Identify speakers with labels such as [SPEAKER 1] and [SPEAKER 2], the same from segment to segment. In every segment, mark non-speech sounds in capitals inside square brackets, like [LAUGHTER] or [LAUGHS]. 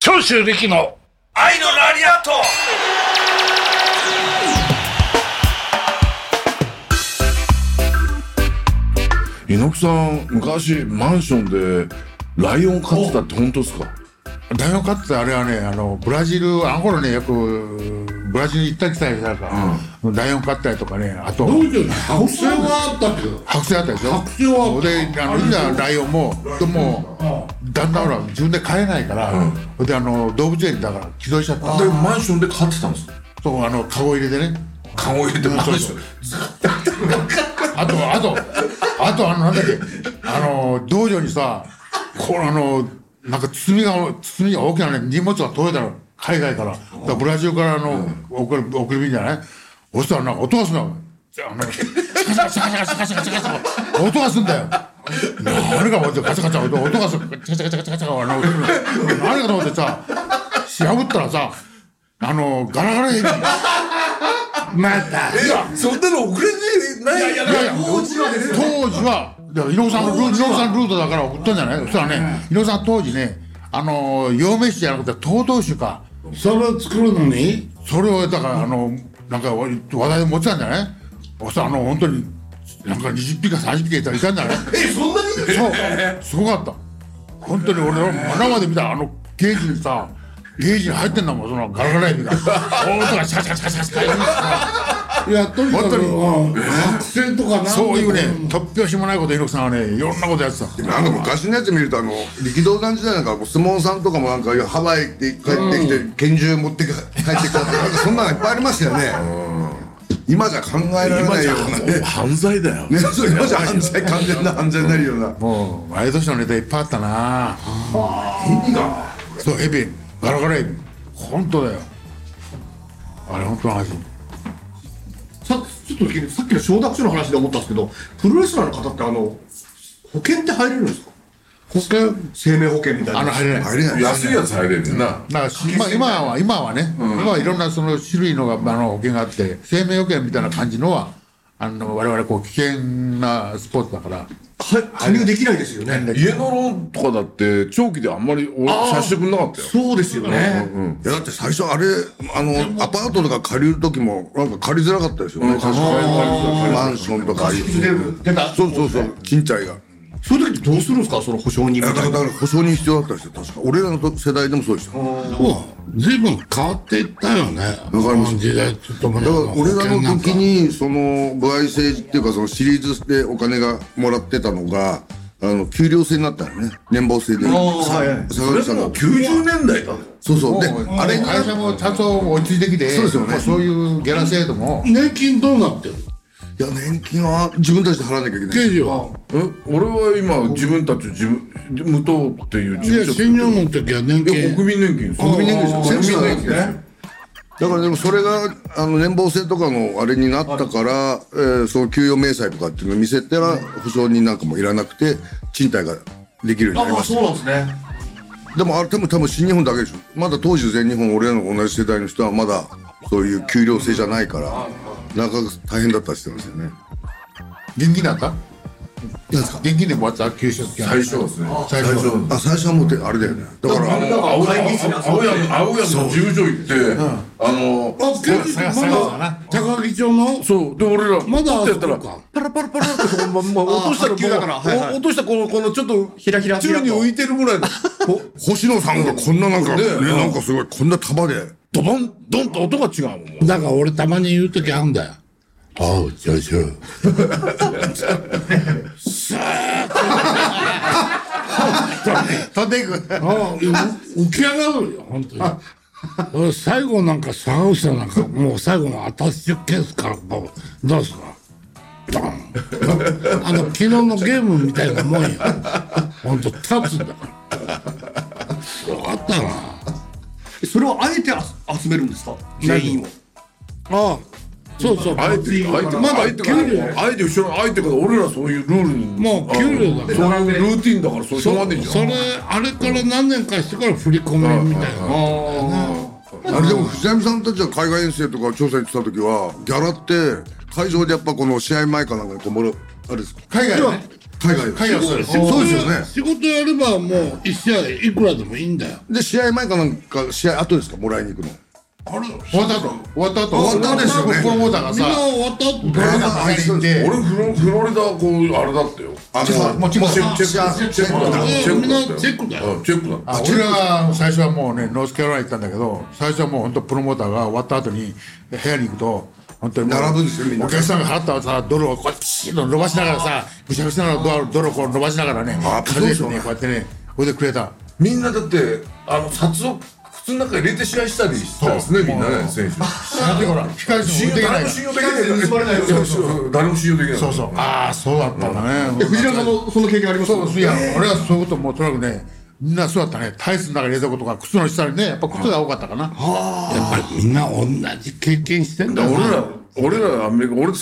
[SPEAKER 1] 長州力の愛のラリアット
[SPEAKER 2] 猪木さん昔マンションでライオン飼ってたって本当ですか
[SPEAKER 3] ライオンカッツあれはねあのブラジルあの頃ねよくブラジル行ったり来たりしたから、ライオンカッタりとかねあと
[SPEAKER 4] どういうの白線はあったけど
[SPEAKER 3] 白線あったでしょ
[SPEAKER 4] 白線はあった
[SPEAKER 3] であのいざライオンもでもだんだんほら自分で飼えないから、であの動物園だから寄贈しちゃった
[SPEAKER 4] でマンションで飼ってたんです
[SPEAKER 3] そうあのカゴ入れでね
[SPEAKER 4] カゴ入れてマンション
[SPEAKER 3] あとあとあとあのなんだっけあの道場にさこのあのなんか包みが包みが大きな、ね、荷物が届いたの海外からだからブラジルからあの、送る送り便じゃないそしたらなんか音がすんだあの音がすんだよ何か思ってガチャガチャ音音がするガチャガチャガチャガチャあの何かと思ってさ調べたらさあのガラガラヘビ
[SPEAKER 1] また
[SPEAKER 4] いやそんなの遅れてないやい
[SPEAKER 3] いやいや
[SPEAKER 4] 当時はですよ
[SPEAKER 3] 当時は、だから伊野尾さんのルート、伊野尾さんルートだから送ったんじゃないそしたらね、伊野尾さん当時ね、あのー、陽明酒じゃなくて、東道酒か。
[SPEAKER 4] それを作るのに
[SPEAKER 3] それを、だから、あの、なんか話題で持ってたんじゃないそしたら、あの、本当に、なんか20匹か30匹いたいたんじゃない
[SPEAKER 4] えそんなに
[SPEAKER 3] そう、すごかった。本当に俺の生で見たあのゲージにさ、ゲージに入ってんだもん、そのガラガラエビが。音がシャカシャカシャカシャカシャカ。
[SPEAKER 4] いやとにか
[SPEAKER 3] 本当
[SPEAKER 4] く
[SPEAKER 3] に
[SPEAKER 4] うん白線とかなんとか
[SPEAKER 3] そういうね、突拍子もないこと、猪木さんはね、いろんなことやってた。
[SPEAKER 5] なんか昔のやつ見るとあの力道山時代なんかお相撲さんとかもなんかハワイ行って帰ってきて拳銃持って帰ってきたってなんかそんなのいっぱいありましたよね今じゃ考えられないようなね
[SPEAKER 2] 犯罪だよ
[SPEAKER 5] ねそう今じゃ犯罪完全な犯罪になるような
[SPEAKER 3] もうワイドショーのネタいっぱいあったなそうヘビガラガラヘビ本当だよあれ本当の話
[SPEAKER 4] さちょっと聞いてさっきの承諾書の話で思ったんですけどプロレスラーの方ってあの保険って入れるんですか保険生命保険みたいな
[SPEAKER 3] あの入れない
[SPEAKER 5] 入れない
[SPEAKER 4] 安いやつ入れるんな
[SPEAKER 3] だから今今は今はね、今はいろんなその種類のがあの保険があって生命保険みたいな感じのはあの我々こう危険なスポーツだから
[SPEAKER 4] は加入できないですよね
[SPEAKER 2] 家のローンとかだって長期であんまりおさせてくれなかったよ
[SPEAKER 4] そうですよね
[SPEAKER 5] いやだって最初あれあのアパートとか借りる時もなんか借りづらかったですよね確かにマンションとかあり
[SPEAKER 4] 出た
[SPEAKER 5] そうそうそう賃貸が
[SPEAKER 4] そういう時ってどうするんですかその保証人み
[SPEAKER 5] いや
[SPEAKER 4] た
[SPEAKER 5] だから
[SPEAKER 4] い
[SPEAKER 5] だ
[SPEAKER 4] な
[SPEAKER 5] から保証人必要だったんですよ確か俺らの世代でもそうでした
[SPEAKER 4] そう
[SPEAKER 2] 随分変わっていったよね
[SPEAKER 5] わかります
[SPEAKER 2] この時代ちょっともう
[SPEAKER 5] だから俺らの時にその歩合制っていうかそのシリーズでお金がもらってたのがあの給料制になったのね年俸制で
[SPEAKER 4] はい
[SPEAKER 5] 坂口さんが
[SPEAKER 4] 90年代だ
[SPEAKER 5] そうそうで
[SPEAKER 3] あ
[SPEAKER 5] あ
[SPEAKER 3] れ
[SPEAKER 5] れが
[SPEAKER 3] 会社もちゃんと落ち着いてきて
[SPEAKER 5] そうですよね
[SPEAKER 3] まあそういうギャラ制度も
[SPEAKER 4] 年金どうなってる
[SPEAKER 5] いや年金は自分たちで払わなきゃいけない
[SPEAKER 2] 刑事はえ俺は今自分たち自分無党っていう事務所
[SPEAKER 4] 新日本の時は年
[SPEAKER 2] え国民年金国
[SPEAKER 5] 民年金ですよ
[SPEAKER 2] 国民年金ね
[SPEAKER 5] だからでもそれがあの年俸制とかのあれになったから、えーその給与明細とかっていうのを見せたら保証人なんかもいらなくて賃貸ができるようになりました
[SPEAKER 4] そうなんですね
[SPEAKER 5] でもあれ多分多分新日本だけでしょまだ当時全日本俺らの同じ世代の人はまだそういう給料制じゃないからなかなか大変だったりしてるんですよね
[SPEAKER 3] 現金だった
[SPEAKER 5] 何ですか
[SPEAKER 3] 現金でもらってた給食金
[SPEAKER 2] 最初はですね
[SPEAKER 3] 最初は
[SPEAKER 5] あ最初はもうてあれだよねだからあの
[SPEAKER 2] 青山青山の事務所行ってあの
[SPEAKER 4] あまだ高木町の
[SPEAKER 2] そうで俺ら
[SPEAKER 4] まだ
[SPEAKER 2] ってやったら
[SPEAKER 4] そうか
[SPEAKER 2] パラパラパラってそのまんま落としたら
[SPEAKER 4] あ発球だからはい
[SPEAKER 2] もう
[SPEAKER 4] はい
[SPEAKER 2] お落としたこのこのちょっと
[SPEAKER 4] ひらひらひら
[SPEAKER 2] 宙
[SPEAKER 4] と
[SPEAKER 2] に浮いてるぐらいの
[SPEAKER 5] 星野さんがこんななんかね
[SPEAKER 2] ね
[SPEAKER 5] なんかすごいこんな束で
[SPEAKER 2] ドボンドンと音が違うもんもう
[SPEAKER 4] だから俺たまに言う時あるんだよ。おう、ジョジョ。
[SPEAKER 3] 飛んでいく
[SPEAKER 4] ああ、浮き上がるよ、本当に。俺最後なんか坂口さんなんかもう最後のアタッシュケースからこう出すわドンあの昨日のゲームみたいなもんよほんと立つんだからよかったな
[SPEAKER 6] それをあえて集めるんですか全員を
[SPEAKER 4] ああそうそう
[SPEAKER 2] あえてあえて
[SPEAKER 4] まだ
[SPEAKER 2] あえてから
[SPEAKER 4] 給料
[SPEAKER 2] あえて後ろあえてから俺らそういうルールに
[SPEAKER 4] もう給料だから
[SPEAKER 2] そういうルーティンだからそうしょうがねえじゃん
[SPEAKER 4] それあれから何年かしてから振り込めみたいな
[SPEAKER 5] あれでも藤波さんたちは海外遠征とか調査行ってた時はギャラって会場でやっぱこの試合前かなんかにこもるあれですか
[SPEAKER 3] 海外はね
[SPEAKER 5] 海外
[SPEAKER 3] 海外
[SPEAKER 5] そう
[SPEAKER 3] は
[SPEAKER 5] です
[SPEAKER 3] そう
[SPEAKER 5] よ
[SPEAKER 3] です
[SPEAKER 5] ね
[SPEAKER 4] 仕事やればもう一試合いくらでもいいんだよ。
[SPEAKER 5] で試合前かなんか試合後ですかもらいに行くの
[SPEAKER 3] 終わった後終わった後
[SPEAKER 5] 終わった後ですよね
[SPEAKER 3] プロモーターが
[SPEAKER 4] みんな
[SPEAKER 3] さ
[SPEAKER 4] 終わった後
[SPEAKER 3] ドラマが入って
[SPEAKER 2] 俺フロフロリダこうあれだったよ
[SPEAKER 5] あ
[SPEAKER 3] もうもうチェックだ
[SPEAKER 5] チェックチェックだ
[SPEAKER 4] えみんなチェックだよ。
[SPEAKER 2] うんチェックだった
[SPEAKER 3] あ俺は最初はもうねノースカロライナ行ったんだけど最初はもう本当プロモーターが終わった後に部屋に行くと本当にもう
[SPEAKER 5] 並ぶんですよみんな
[SPEAKER 3] お客さんが払ったさドルをこうやってピシッと伸ばしながらさぐしゃぐしゃながらドルをこう伸ばしながらね
[SPEAKER 5] あ
[SPEAKER 3] 数えて
[SPEAKER 5] そうで
[SPEAKER 3] ね
[SPEAKER 5] しょうね
[SPEAKER 3] こうやってねこれでくれた
[SPEAKER 2] みんなだってあの札を靴の中に入れて試合したりしたんですねみんなね選手
[SPEAKER 3] だってほら光る人
[SPEAKER 2] 信
[SPEAKER 3] も
[SPEAKER 2] 用
[SPEAKER 3] できな
[SPEAKER 2] 誰
[SPEAKER 3] い
[SPEAKER 2] も
[SPEAKER 3] か
[SPEAKER 2] 信
[SPEAKER 3] ら
[SPEAKER 2] 用できない [LAUGHS] そうそう誰も信用できない
[SPEAKER 3] そうそうああそうだったんだね
[SPEAKER 6] 藤中もその経験あります
[SPEAKER 3] そういや俺はそういうこともとなくねみんなそうだったねタイツの中に冷蔵庫とか靴の下にねやっぱ靴が多かったかな
[SPEAKER 4] やっぱりみんな同じ経験してんだ
[SPEAKER 2] だ
[SPEAKER 4] よ
[SPEAKER 2] から俺ら俺らアメリカ俺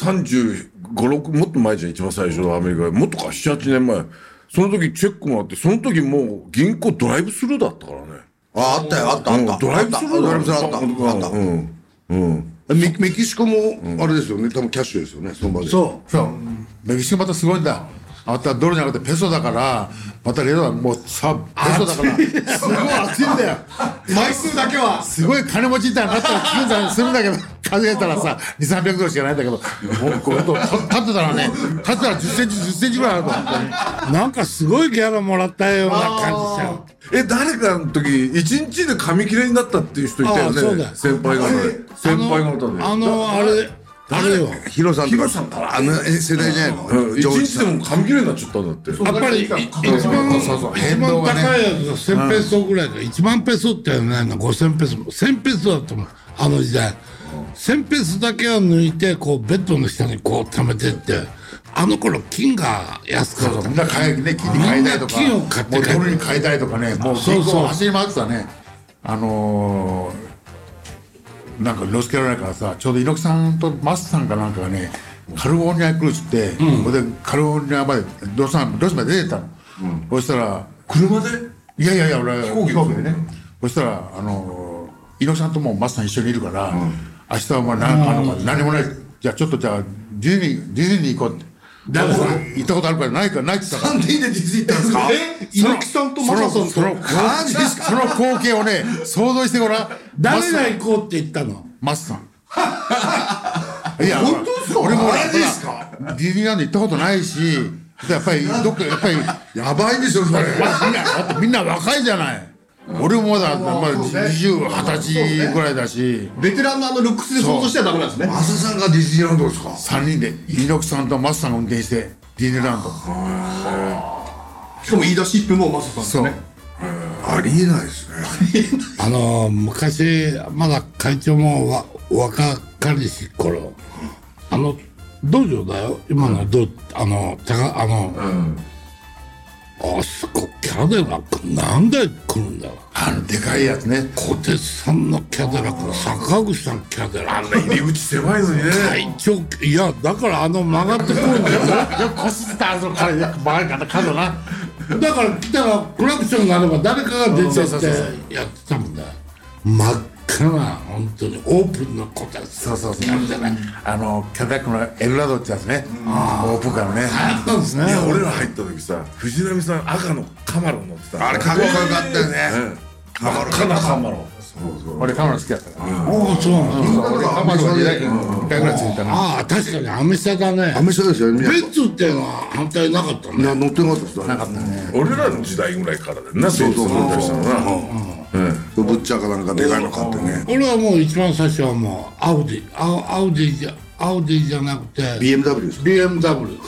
[SPEAKER 2] 356もっと前じゃん一番最初のアメリカもっとか78年前その時チェックもあってその時もう銀行ドライブスルーだったからね
[SPEAKER 5] ああったよあったあった
[SPEAKER 2] うんドライブスルー
[SPEAKER 5] ド
[SPEAKER 2] だ
[SPEAKER 5] ライ
[SPEAKER 2] よ
[SPEAKER 5] ブスルーあったあった
[SPEAKER 2] うんうん
[SPEAKER 5] メメキシコもあれですよね多分キャッシュですよねその場で
[SPEAKER 3] そうそうメキシコまたすごいんだよあなたドルじゃなくてペソだからまたレドはもうさペソだからすごい熱いんだよ
[SPEAKER 6] 枚数だけは
[SPEAKER 3] すごい金持ちみたいになったら金算するんだけど数えたらさ2300ドルしかないんだけどもうこうと立ってたらね立ってたら10センチ10センチぐらいあると思って
[SPEAKER 4] なんかすごいギャラもらったような感じじゃん。
[SPEAKER 2] え誰かの時一日で紙切れになったっていう人いたよ
[SPEAKER 4] あそうだ
[SPEAKER 2] ね
[SPEAKER 4] よ
[SPEAKER 2] 先輩方で先輩方で
[SPEAKER 4] あの、あれ、誰よ。
[SPEAKER 5] ヒロさんとかあのえ世代じゃない
[SPEAKER 2] うん
[SPEAKER 5] の
[SPEAKER 2] 一
[SPEAKER 5] ジョージ
[SPEAKER 2] 日
[SPEAKER 5] さ
[SPEAKER 2] で
[SPEAKER 5] ん
[SPEAKER 2] も紙切れになっちゃったんだって
[SPEAKER 4] やっぱりい一番
[SPEAKER 3] そうそう
[SPEAKER 4] 一
[SPEAKER 3] 変
[SPEAKER 4] 番
[SPEAKER 3] 動がね
[SPEAKER 4] 高いやつが1000ペソぐらいか1万ペソってないの5000ペソ1000ペソだと思うあの時代1000ペソだけは抜いてこうベッドの下にこう貯めてってあの頃金が安か
[SPEAKER 3] そうそ
[SPEAKER 4] った
[SPEAKER 3] うみんな買いね金に変えたりとか
[SPEAKER 4] みんな金を買って
[SPEAKER 3] もうドルに変えたりとかねもう
[SPEAKER 4] そうそう
[SPEAKER 3] 銀行を走り回ってたねあのー、なんかロスケロライナからさちょうど猪木さんとマスさんかなんかがねカルフォルニアクルーズって、それでカルフォルニアまでロスさんロスまで出てったの、そしたら
[SPEAKER 2] 車で
[SPEAKER 3] いやいやいや俺飛
[SPEAKER 2] 行機
[SPEAKER 3] でねそしたらあのー猪木さんともマスさん一緒にいるから、明日はお前何あの何もないじゃあちょっとじゃあディズニーディズニー行こうってだから行ったことあるからないからないって言ったから
[SPEAKER 5] なんでいいでディズニー行ったんですか
[SPEAKER 6] え猪木さんとマサさん
[SPEAKER 3] その
[SPEAKER 6] と
[SPEAKER 5] マジですか
[SPEAKER 3] その光景をね想像してごらん
[SPEAKER 4] 誰が行こうって言ったの
[SPEAKER 3] マスさんいや本当ですか俺も
[SPEAKER 5] マジですか
[SPEAKER 3] ディズニーランド行ったことないしやっぱりどっかやっぱり
[SPEAKER 5] やばいでしょそれ
[SPEAKER 3] まあみんなだってみんな若いじゃない俺もまだ、まあ、2020歳ぐらいだし
[SPEAKER 6] ベテランのあのルックスで想像してはダメなんですね
[SPEAKER 5] マサさんがディズニーランドですか
[SPEAKER 3] 3人で猪木さんとマスさんが運転してディズニーランド
[SPEAKER 6] しかも言い出しっぺもマサさんです
[SPEAKER 3] そう
[SPEAKER 6] ね
[SPEAKER 5] ありえないですね
[SPEAKER 4] あの昔まだ会長もわ若かりし頃あの道場だよ今のど、あのたがあの、あそこキャデラック何台来るんだろう
[SPEAKER 3] あのでかいやつね
[SPEAKER 4] 小鉄さんのキャデラック坂口さんのキャデラック
[SPEAKER 2] 入り口狭いのにね
[SPEAKER 4] 会長いやだからあの曲がってくるんだよ
[SPEAKER 3] よくこすったあその彼よくバカな角な
[SPEAKER 4] だから来たらクラクションがあれば誰かが出てってやってたもんだよ真っ赤な本当にオープンの小鉄さ
[SPEAKER 3] そ
[SPEAKER 4] ん
[SPEAKER 3] うそうそう
[SPEAKER 4] やるじゃない
[SPEAKER 3] あのキャデラックのエルラドってやつねオープンカーのね
[SPEAKER 4] あったんですね
[SPEAKER 2] いや俺ら入った時さ藤波さん赤のカマロン乗ってた
[SPEAKER 5] あれかっこよかったよね
[SPEAKER 2] カマロン赤なカマロン
[SPEAKER 3] 俺カマロ好きだったから
[SPEAKER 4] ああそうなの
[SPEAKER 3] 俺カマロは2回ぐらいついたな
[SPEAKER 4] ああ確かにアメ車だ
[SPEAKER 5] ア
[SPEAKER 4] ね
[SPEAKER 5] メ車ですよね
[SPEAKER 4] ベッツっていうのは反対なかったね
[SPEAKER 5] な乗ってなかったですなかっ
[SPEAKER 2] 俺らの時代ぐらいからだよなそうそうそうそうそう
[SPEAKER 5] たブッチャーかなんかでかいの買ってね
[SPEAKER 4] 俺はもう一番最初はもうアウディアアウディじゃアウディじゃなくて
[SPEAKER 5] BMW ですか
[SPEAKER 4] BMW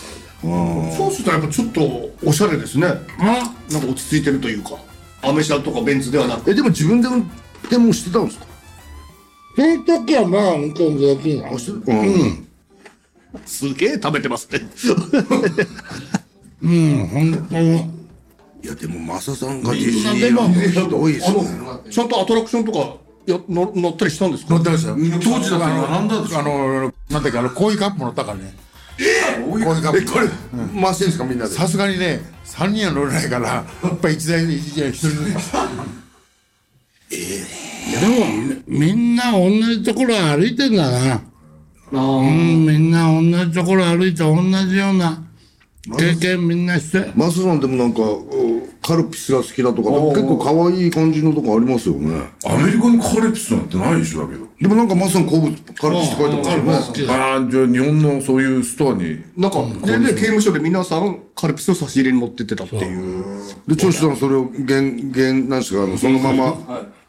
[SPEAKER 6] そうするとやっぱちょっとおしゃれですね
[SPEAKER 4] あ
[SPEAKER 6] なんか落ち着いてるというかアメ車とかベンツではなく
[SPEAKER 5] えでも自分で運転もしてたんですか
[SPEAKER 4] その時はまあ運転できない
[SPEAKER 5] うん
[SPEAKER 6] すげえ食べてますね
[SPEAKER 4] うん本当に
[SPEAKER 5] いやでもマサさんがディ
[SPEAKER 4] みん
[SPEAKER 5] ズ
[SPEAKER 4] な
[SPEAKER 5] ニ
[SPEAKER 4] で
[SPEAKER 5] ーラ
[SPEAKER 4] も
[SPEAKER 5] ンドひどいですね
[SPEAKER 6] ちゃんとアトラクションとかや乗乗ったりしたんですか
[SPEAKER 3] 乗ってましたよ
[SPEAKER 2] 当時だったらなんだっけ
[SPEAKER 3] あのなんだっけあのこういうカップ乗ったからね
[SPEAKER 2] こういう
[SPEAKER 3] こういうカ
[SPEAKER 5] え
[SPEAKER 3] ッ
[SPEAKER 5] こ
[SPEAKER 3] プ
[SPEAKER 5] れ回してんですかみんなで
[SPEAKER 3] さすがにね3人は乗れないからやっぱ1台1台1人ずつ
[SPEAKER 4] でもみみんな同じところ歩いてんだな
[SPEAKER 6] ああ
[SPEAKER 4] うんみんな同じところ歩いて同じような経験みんなして
[SPEAKER 5] マスさんでもなんかうんカルピスが好きだとかなんか結構可愛い感じのとこありますよね
[SPEAKER 2] アメリカにカルピスなんてないでしょだけど。
[SPEAKER 5] でもなんかマスさん好物カルピスって書いてますよね
[SPEAKER 4] 好きだ
[SPEAKER 2] ああ、じゃあ日本のそういうストアに。
[SPEAKER 6] なんか、で、で、刑務所で皆さん、カルピスを差し入れに持ってってたっていう。
[SPEAKER 5] で長州さんそれを減減なんですかあのそのまま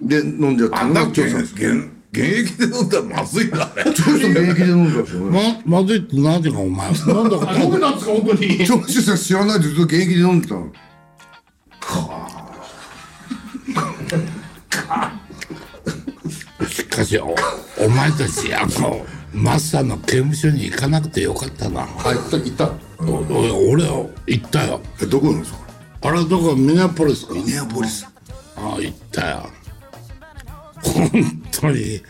[SPEAKER 5] で飲んじゃった
[SPEAKER 2] あんな
[SPEAKER 5] のが
[SPEAKER 2] 現
[SPEAKER 5] 長州さん
[SPEAKER 2] 現現役で飲んだらまずいな、あれ。
[SPEAKER 5] 長州さん現役で飲んだんですよね [LAUGHS]
[SPEAKER 4] ままずいって何でかお前なんだか
[SPEAKER 7] 僕なんですか、本当に。
[SPEAKER 5] 長州さん知らないでずっと現役で飲んでたの
[SPEAKER 4] しかしおお前たちあのマスターの刑務所に行かなくてよかったな
[SPEAKER 3] あ行った行った
[SPEAKER 4] おお俺は行ったよ
[SPEAKER 5] えどこなんですか
[SPEAKER 4] あれどこミネアポリスか
[SPEAKER 5] ミネアポリス
[SPEAKER 4] あ行ったよ本当に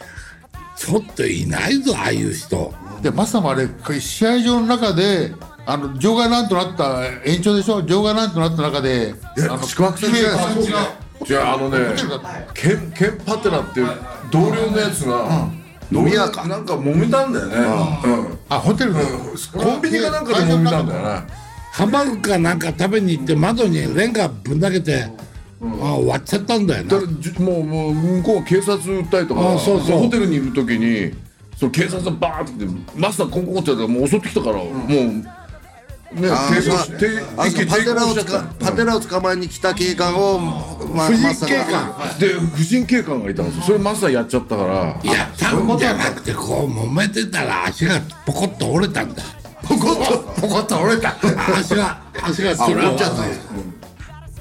[SPEAKER 4] ちょっといないぞああいう人
[SPEAKER 3] でマサもあれ試合場の中であの場外なんとなった延長でしょ場外なんとなった中であの
[SPEAKER 5] 宿泊先じゃないですか
[SPEAKER 2] じゃああのねケンケンパテラっていう同僚のやつが飲み屋かなんか揉めたんだよね、
[SPEAKER 3] あホテルの
[SPEAKER 2] うん、コンビニかなんかで揉めたんだよね
[SPEAKER 4] ハンバーグかなんか食べに行って窓にレンガぶん投げて、あ割っちゃったんだよ
[SPEAKER 2] だ
[SPEAKER 4] な
[SPEAKER 2] からじもうもう向こうは警察訴えとか
[SPEAKER 4] あそうそう
[SPEAKER 2] ホテルにいる時にその警察がバーンってマスターコンコンってやったらもう襲ってきたから、もうね
[SPEAKER 5] あー
[SPEAKER 2] 警
[SPEAKER 5] まあ
[SPEAKER 2] 察て
[SPEAKER 5] あ
[SPEAKER 2] 一気
[SPEAKER 5] そうパ
[SPEAKER 2] に
[SPEAKER 5] テラを
[SPEAKER 2] 抵抗し
[SPEAKER 5] つ
[SPEAKER 2] ちゃ
[SPEAKER 5] か
[SPEAKER 2] った
[SPEAKER 5] パテラを捕まえに来た警官を、ま、
[SPEAKER 4] 藤
[SPEAKER 5] ま
[SPEAKER 4] 井
[SPEAKER 5] さ
[SPEAKER 4] 警
[SPEAKER 5] か
[SPEAKER 4] 官
[SPEAKER 2] で不審警官がいたんですよそれマスターやっちゃったから
[SPEAKER 4] いやったんじゃなくてこう揉めてたら足がポコッと折れたんだ
[SPEAKER 5] ポコッとポコッと折れた
[SPEAKER 4] 足が足がそれ
[SPEAKER 5] 折っちゃっ
[SPEAKER 4] は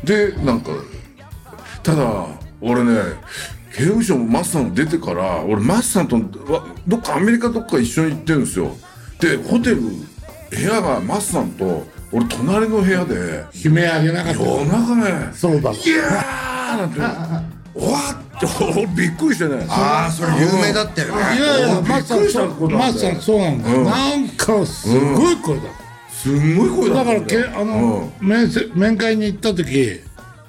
[SPEAKER 2] でなんかただ俺ね刑務所もマスさん出てから俺マスさんとわどっかアメリカどっか一緒に行ってるんですよでホテル部屋がマスさんと俺隣の部屋で
[SPEAKER 4] 悲鳴上げなかった
[SPEAKER 2] 夜中ね
[SPEAKER 4] そうだ
[SPEAKER 2] 「いやー!」なんて「わっ!」って俺びっくりしてね
[SPEAKER 5] ああそれ有名だったよ
[SPEAKER 4] い
[SPEAKER 5] ね
[SPEAKER 4] やいや、マッサンそう、マッサンそうなんだよ。
[SPEAKER 2] うん
[SPEAKER 4] なんかすごい声だ。
[SPEAKER 2] すんごい声だ
[SPEAKER 4] だ
[SPEAKER 2] った
[SPEAKER 4] から
[SPEAKER 2] ん
[SPEAKER 4] け
[SPEAKER 2] よ
[SPEAKER 4] あの、面接面会に行った時、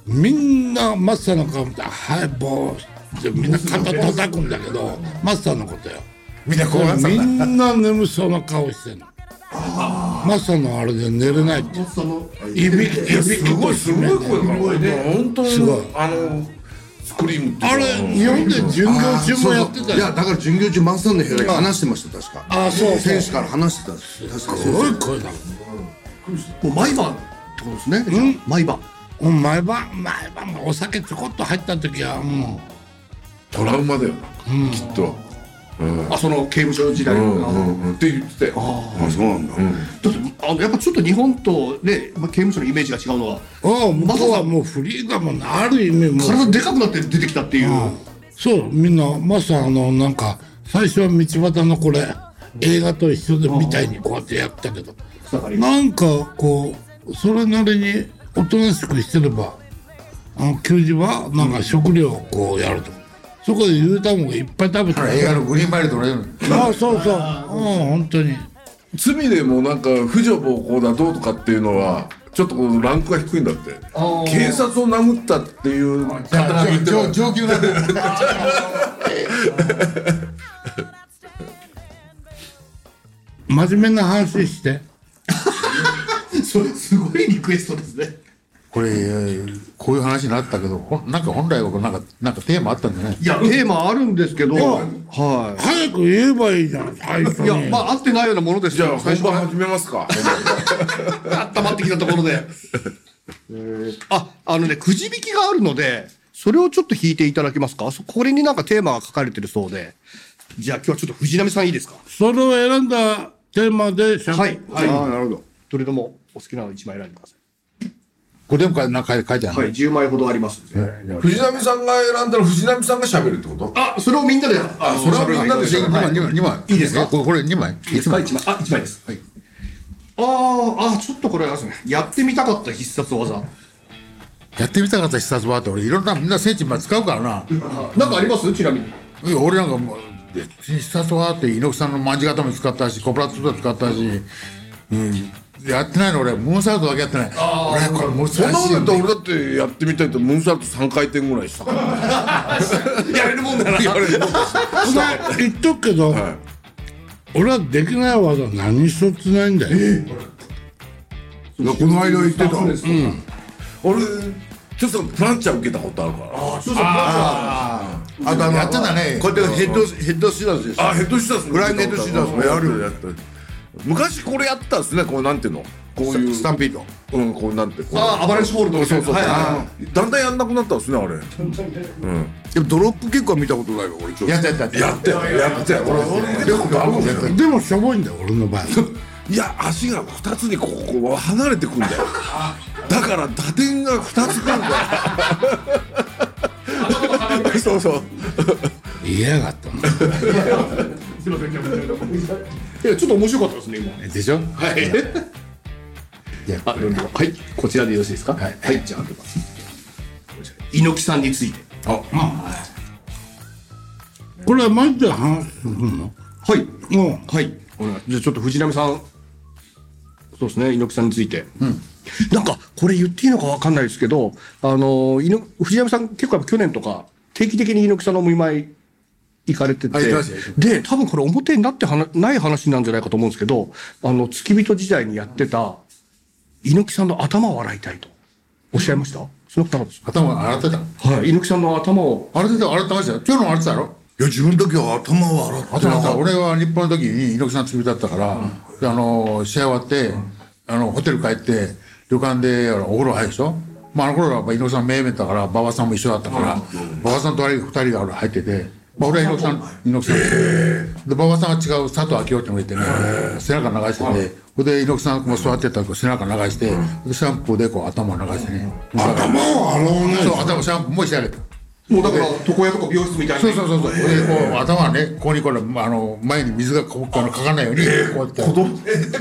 [SPEAKER 4] みんなマッサンの顔見て、はいボーってみんな肩叩くんだけど、マッサンのことよ。
[SPEAKER 2] みんなこうなってた
[SPEAKER 4] みんな眠そうな顔してるの。マッサンのあれで寝れないって。いびき、いびき
[SPEAKER 2] すごいすごい声だから本当に
[SPEAKER 4] すごい
[SPEAKER 2] あのスクリームって
[SPEAKER 4] あれ、日本で巡業中もやってた
[SPEAKER 5] い
[SPEAKER 4] よ
[SPEAKER 5] や。だから巡業中マスターの部屋で話してました確か
[SPEAKER 4] あそうそう
[SPEAKER 5] 選手から話してたんです確か
[SPEAKER 4] すごい声だ。
[SPEAKER 6] もう毎晩ってことですね。毎晩。
[SPEAKER 4] うん毎晩毎晩お酒ちょこっと入った時はも
[SPEAKER 2] トラウマだよな、きっと
[SPEAKER 6] あ、その刑務所時代
[SPEAKER 2] う
[SPEAKER 6] の。
[SPEAKER 2] んうんうんって言ってたよ
[SPEAKER 5] あそうなんだ
[SPEAKER 6] ちょっとあのやっぱちょっと日本とね、まあ、刑務所のイメージが違うのは
[SPEAKER 4] う、うん、向こうはもうフリーだもんねある意味もう
[SPEAKER 6] 体でかくなって出てきたっていう、
[SPEAKER 4] そうみんなまさあのなんか最初は道端のこれ映画と一緒でみたいにこうやってやったけど
[SPEAKER 6] 草刈り
[SPEAKER 4] なんかこうそれなりにおとなしくしてればあの給仕はなんか食料をこうやるとそこでゆで卵いっぱい食べて
[SPEAKER 3] あれ映画のグリーンマイルと俺
[SPEAKER 4] ああそうそううん本当に
[SPEAKER 2] 罪でもなんか婦女暴行だどうとかっていうのはちょっとこのランクが低いんだって警察を殴ったっていう方が言って
[SPEAKER 3] 上
[SPEAKER 2] る
[SPEAKER 3] 上級なんだよ
[SPEAKER 4] 真面目な話して
[SPEAKER 6] それすごいリクエストですね
[SPEAKER 3] これえーこういう話になったけどほんなんか本来はこれなんかなんかテーマあったんじゃない
[SPEAKER 6] いやテーマあるんですけどは
[SPEAKER 4] 早く言えばいいじゃん最初
[SPEAKER 6] いいや
[SPEAKER 4] に
[SPEAKER 6] まあ合ってないようなものです
[SPEAKER 2] じ
[SPEAKER 6] よ
[SPEAKER 2] ゃあ
[SPEAKER 6] 最
[SPEAKER 2] 本
[SPEAKER 6] 初か
[SPEAKER 2] 番始めますから
[SPEAKER 6] 温まってきたところでああのねくじ引きがあるのでそれをちょっと引いていただけますかそこれになんかテーマが書かれてるそうでじゃあ今日はちょっと藤波さんいいですか
[SPEAKER 4] それを選んだテーマでしゃべ
[SPEAKER 6] はいはい
[SPEAKER 5] ああなるほど
[SPEAKER 6] どれでもお好きなの1枚選んでくださ
[SPEAKER 3] これでもかなんか書いてあ
[SPEAKER 6] いは
[SPEAKER 3] る
[SPEAKER 6] い10枚ほどありますんで
[SPEAKER 2] [LAUGHS] 藤波さんが選んだら藤波さんが喋るってこと
[SPEAKER 6] あそれをみんなであ
[SPEAKER 2] それはみんなで
[SPEAKER 3] 2枚2枚2枚
[SPEAKER 6] いいですか
[SPEAKER 3] これこれ2枚1枚
[SPEAKER 6] 一枚あ一枚です。はい。あーあちょっとこれあれですね。やってみたかった必殺技。
[SPEAKER 3] やってみたかった視察はって俺いろんなみんな聖地まで使うからな
[SPEAKER 6] なんかありますちなみに。
[SPEAKER 3] いや俺なんかもう必殺はあって猪木さんのまじ固め使ったしコプラッツだ使ったし、うん、やってないの俺ムーンサルトだけやってない俺これ難しい
[SPEAKER 2] そんなこと言った
[SPEAKER 3] よね
[SPEAKER 2] ら俺だってやってみたいとムーンサルト3回転ぐらいしたから
[SPEAKER 6] やれるもんだな。
[SPEAKER 4] お前言っとくけど、
[SPEAKER 2] はい
[SPEAKER 4] 俺はできない技何一つないんだよ
[SPEAKER 5] この間言ってた。
[SPEAKER 2] 俺ちょっとプランチャー受けたことあるから
[SPEAKER 5] あとあの
[SPEAKER 3] やってたね
[SPEAKER 5] こうやってヘッドヘッドシザーズです。
[SPEAKER 2] あヘッドシザーズ
[SPEAKER 5] フライングヘッドシザーズもやる
[SPEAKER 2] やった昔これやったんですねこうなんていうのこういう
[SPEAKER 5] スタンピード。
[SPEAKER 2] うんこうなんてこう
[SPEAKER 6] あ、暴れスホールド
[SPEAKER 2] そうそう、
[SPEAKER 6] はいはいはい
[SPEAKER 2] だんだんやんなくなったんですねあれ
[SPEAKER 5] でもドロップキックは見たことないわ俺ちょっと。
[SPEAKER 3] やったやったやった
[SPEAKER 2] やってやって俺
[SPEAKER 4] でもしょぼいんだよ俺の場合
[SPEAKER 2] いや足が2つにこうこう離れてくんだよだから打点が2つくんだよそうそう
[SPEAKER 4] 嫌がったの
[SPEAKER 6] いや、ちょっと面白かったですね、今。
[SPEAKER 4] でしょ
[SPEAKER 6] はい。あどうぞはい、こちらでよろしいですか。はい、じゃあ、開けます。猪木さんについて。
[SPEAKER 4] これはマジで話すんの
[SPEAKER 6] はい、
[SPEAKER 4] もう
[SPEAKER 6] はい、お願い。じゃあ、ちょっと藤波さん。そうですね、猪木さんについて。なんか、これ言っていいのかわかんないですけど、あのー、猪藤波さん、結構やっぱ去年とか、定期的に猪木さんのお見舞い。行かれてて、
[SPEAKER 5] はい行きました行きま
[SPEAKER 6] で、多分これ表になってはなない話なんじゃないかと思うんですけど、あの、付き人時代にやってた、猪木さんの頭を洗いたいと、おっしゃいました、そのことなかったですか
[SPEAKER 3] 頭洗ってた
[SPEAKER 6] はい、猪木さんの頭を。
[SPEAKER 3] 洗ってた洗ってましたよ今日の洗ってたやろ
[SPEAKER 5] いや自分の時は頭を洗って
[SPEAKER 3] あとなんか俺は日本の時に猪木さん釣りだったから、であの試合終わって、あのホテル帰って旅館であのお風呂入るでしょ、まあ、あの頃はやっぱ猪木さん名面だから馬場さんも一緒だったから馬場、さんと隣に2人が入ってて、まあ、俺は猪木さん猪木さん、で馬場さんは違う佐藤昭夫ってのがいてね、背中流してて、ほんで猪木さんも座ってたら背中流して、でシャンプーでこう頭流してね
[SPEAKER 1] 頭を洗わない
[SPEAKER 3] そう頭シャンプーもしてあげた。
[SPEAKER 6] もうだから、床屋とか美容室みたい
[SPEAKER 3] そ
[SPEAKER 6] な。
[SPEAKER 3] うそうそうそう。でこう頭はねここにこれあの前に水がこうあのかかんないようにこうやって。子供
[SPEAKER 5] 手でこう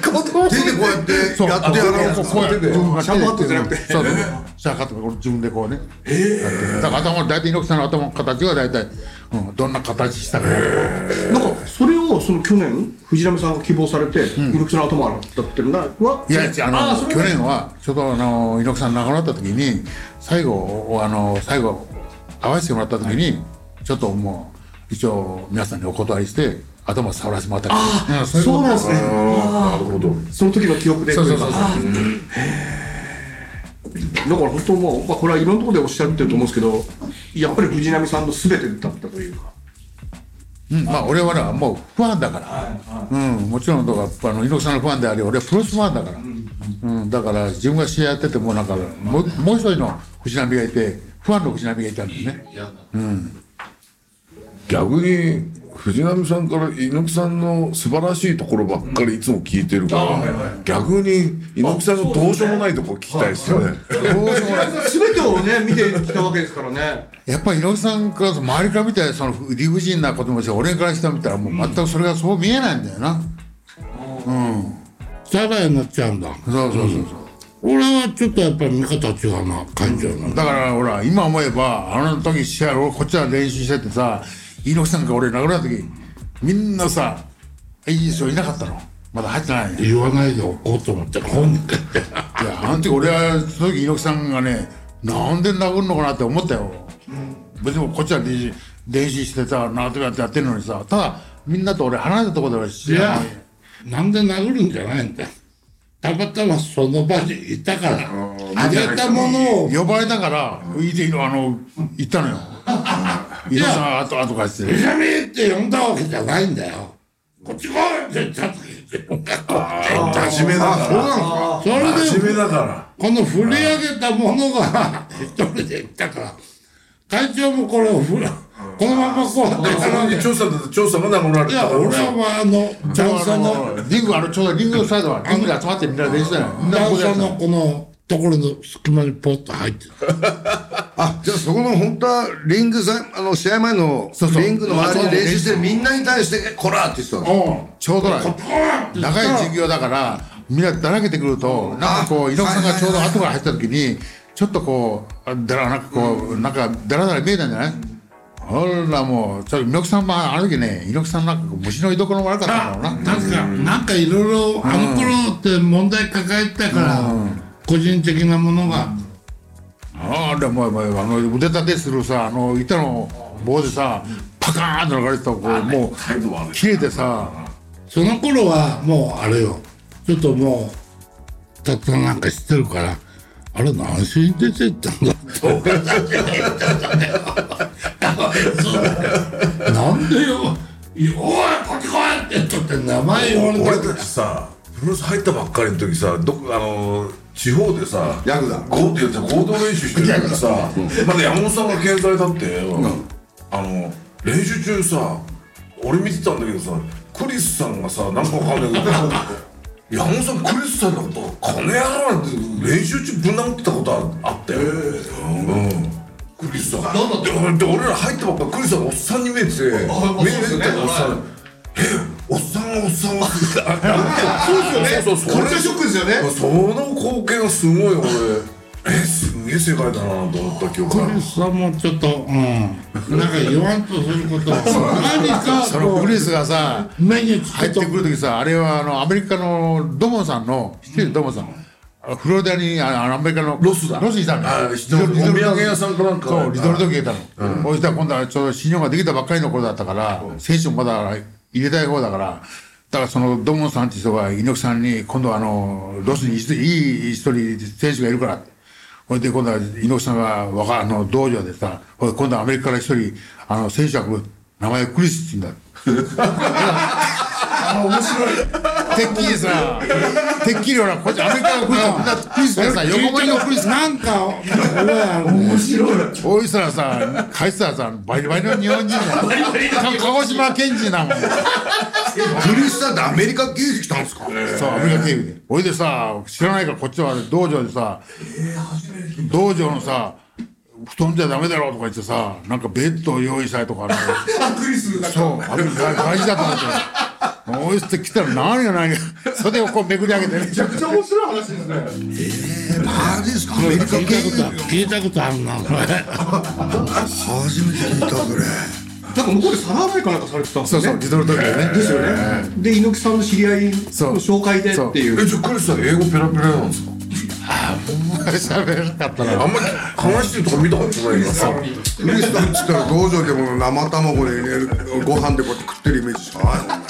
[SPEAKER 5] やって
[SPEAKER 3] そう
[SPEAKER 5] やって洗う
[SPEAKER 3] こうこうやって自分が手で
[SPEAKER 6] シャンパンとじゃなくて
[SPEAKER 3] そうそうシャンパンとか俺自分でこうね。やってだから頭大体猪木さんの頭の形は大体うんどんな形したかな。
[SPEAKER 6] なんか、それを、その去年、藤波さんが希望されて、猪木さんの頭洗ったってるな。はい
[SPEAKER 3] いや違うあの去年はちょうどあの猪木さん亡くなった時に最後あの最後会わせてもらった時に、ちょっともう一応皆さんにお断りして頭触らせてもらったりあ
[SPEAKER 6] そうなんですね。なるほど。その時の記憶で。
[SPEAKER 3] そうそうそうそう
[SPEAKER 6] あーだから本当もう、まあ、これはいろんなところでおっしゃってると思うんですけど、やっぱり藤波さんの全てだったというか。
[SPEAKER 3] うんまあ俺はなもうファンだから、うん、もちろんだからあの猪木さんのファンであり俺はプロレスファンだから、うんだから自分が試合やっててもなんかもうもう一人の藤波がいてファンの藤波がいたんですね
[SPEAKER 2] 逆に藤波さんから猪木さんの素晴らしいところばっかりいつも聞いてるから、逆に猪木さんのどうしようもないところ聞きたいですよね。
[SPEAKER 6] 全てをね、見てきたわけですからね。
[SPEAKER 3] やっぱり猪木さんから周りから見たらその理不尽なこともして俺からしたら見たらもう全くそれがそう見えないんだよな、
[SPEAKER 4] サバイになっちゃうんだ
[SPEAKER 3] そうそうそうそう
[SPEAKER 4] 俺はちょっとやっぱり見方違うな感じるな
[SPEAKER 3] だからほら今思えばあの時試合をこっちは練習しててさ猪木さんが俺殴られた時みんなさいい人いなかったのまだ入ってないい
[SPEAKER 4] 言わないでおこうと思って本人
[SPEAKER 3] やあの時俺はその時猪木さんがねなんで殴るのかなって思ったよ別にこっちは練習練習してさなんとかやってるのにさただみんなと俺離れたところでは知
[SPEAKER 4] い
[SPEAKER 3] らな
[SPEAKER 4] や
[SPEAKER 3] い
[SPEAKER 4] なんで殴るんじゃないんだよたまたまその場にいたからあげたものを
[SPEAKER 3] 呼ばれたから「いいでいいのあの行ったのよ猪木さんあとあとかし
[SPEAKER 4] 「
[SPEAKER 3] て
[SPEAKER 4] ひらみ!」って呼んだわけじゃないんだよこっち来いってちゃんと聞いてこっち来いって
[SPEAKER 2] 真面目だか
[SPEAKER 4] それ
[SPEAKER 2] ら。
[SPEAKER 4] で
[SPEAKER 2] 真面目だから。
[SPEAKER 4] この振り上げたものが一人で行ったから会長もこれを振らこのままこうやってやらない
[SPEAKER 2] 調査だと調査がなくなる
[SPEAKER 4] いや俺はあの段差の
[SPEAKER 3] リングあのちょうどリングのサイドはリングで集まってみんな練習だよみんなこ
[SPEAKER 4] 段
[SPEAKER 3] こでや
[SPEAKER 4] 差
[SPEAKER 3] ってた
[SPEAKER 4] のこのところの隙間にポッと入ってた
[SPEAKER 5] あじゃあそこの本当はリングさあの試合前のリングの周りで練習してるみんなに対して「えこら!」って言ってたの
[SPEAKER 3] ちょうどだよ長い授業だからみんなだらけてくるとなんかこう猪木さんがちょうど後から入った時にちょっとこうあだらなんかこうなんかだらだら見えたんじゃないほらもうちょっと猪木さんもあの時ね猪木さんなんかこう虫の居所も悪かったんだろうな
[SPEAKER 4] 確かなんかいろいろあの頃って問題抱えてたから個人的なものが
[SPEAKER 3] ああでももうあの腕立てするさあの板の棒でさパカーンと流れてたこうもう切れてさ
[SPEAKER 4] その頃はもうあれよちょっともうたったなんか知ってるから、あれ何しに出てったんだって。なんでよ、いやおい、こっち来いって言って名前言われて
[SPEAKER 2] 俺たちさプロレス入ったばっかりの時さどこあの地方でさ
[SPEAKER 5] ヤクザ
[SPEAKER 2] ゴーって言って行動練習してる時にさまだ山本さんが健在だって、あの練習中さ俺見てたんだけどさクリスさんがさ [LAUGHS] なんかわかんないけど山本さんクリスさんのこと金やろうなんて練習中ぶん殴ってたことあったよ、うん、クリスさんなんだって俺ら入ったばっかりクリスさんおっさんに見えてて目
[SPEAKER 7] そう
[SPEAKER 2] 見え
[SPEAKER 7] で
[SPEAKER 2] て
[SPEAKER 7] すね
[SPEAKER 2] たおっさんおっさんおっさんはそうですよねそうそう
[SPEAKER 7] カルチャーショックですよね
[SPEAKER 2] その光景はすごい俺えすげえ世界だなと思った記憶があ
[SPEAKER 4] ク
[SPEAKER 2] る
[SPEAKER 4] リスさんもちょっと、うん、なんか言わんとすることを何
[SPEAKER 3] そ
[SPEAKER 4] か
[SPEAKER 3] の
[SPEAKER 4] こ
[SPEAKER 3] ク
[SPEAKER 4] う
[SPEAKER 3] リスがさ
[SPEAKER 4] 目につ
[SPEAKER 3] 入
[SPEAKER 4] け
[SPEAKER 3] っ
[SPEAKER 4] と
[SPEAKER 3] て
[SPEAKER 4] く
[SPEAKER 3] くる時さあれはあのアメリカのドモンさんの知ってるドモンさんあのフロリダにあのアメリカのロスだロスにいたの
[SPEAKER 2] あ知ってる
[SPEAKER 3] リトル
[SPEAKER 2] お土産屋さんかなんか
[SPEAKER 3] そうリトルドッグいたの、そしたら今度はちょうど新日本ができたばっかりの頃だったから、選手もまだ入れたい方だからだからそのドモンさんって人が猪木さんに今度はあのロスに一人いい一人選手がいるからってほいで今度は猪木さんがわかあの道場でさほいで今度はアメリカから一人あの選手が来る名前クリスって言うんだてっきりさ、てっきりほら、こっちアメリカのクイズだ、クイズでさ、横盛りのクイズ、
[SPEAKER 4] なんか面白い
[SPEAKER 3] おいつらさ、返いつらさ、バリバリの日本人だよ。か鹿児島県人なもん。
[SPEAKER 5] クリスさんってアメリカ経由で来たんですか
[SPEAKER 3] そう、アメリカ警備で。おいでさ、知らないからこっちは道場でさ、道場のさ、布団じゃダメだろうとか言ってさ、なんかベッドを用意したりとかね。
[SPEAKER 7] クリスが
[SPEAKER 3] そう、あれ大大事だと思って。おいつって来たら何よ何よ。それをこうめくり上げてね。
[SPEAKER 7] めちゃくちゃ面白い話ですね
[SPEAKER 5] あれですかアメリカ経
[SPEAKER 4] 聞い
[SPEAKER 5] 由
[SPEAKER 4] たことある聞いたことあるなこれ
[SPEAKER 5] 初めて聞いたそれ
[SPEAKER 6] なんか向こうで皿洗いかなんかされてたんで
[SPEAKER 3] そ
[SPEAKER 6] す
[SPEAKER 3] う
[SPEAKER 6] よね
[SPEAKER 3] そう、リトルトリーね。
[SPEAKER 6] ですよねで猪木さんの知り合いの
[SPEAKER 3] そう
[SPEAKER 6] 紹介でっていう
[SPEAKER 2] えじゃあクリスさん英語ペラペラなんですか
[SPEAKER 3] [LAUGHS] 喋らなかったな。
[SPEAKER 2] あんまり話してるとこ見たことないからさ
[SPEAKER 5] クリスさんっつったら道場でも生卵でねご飯でこうやって食ってるイメージしかないもんね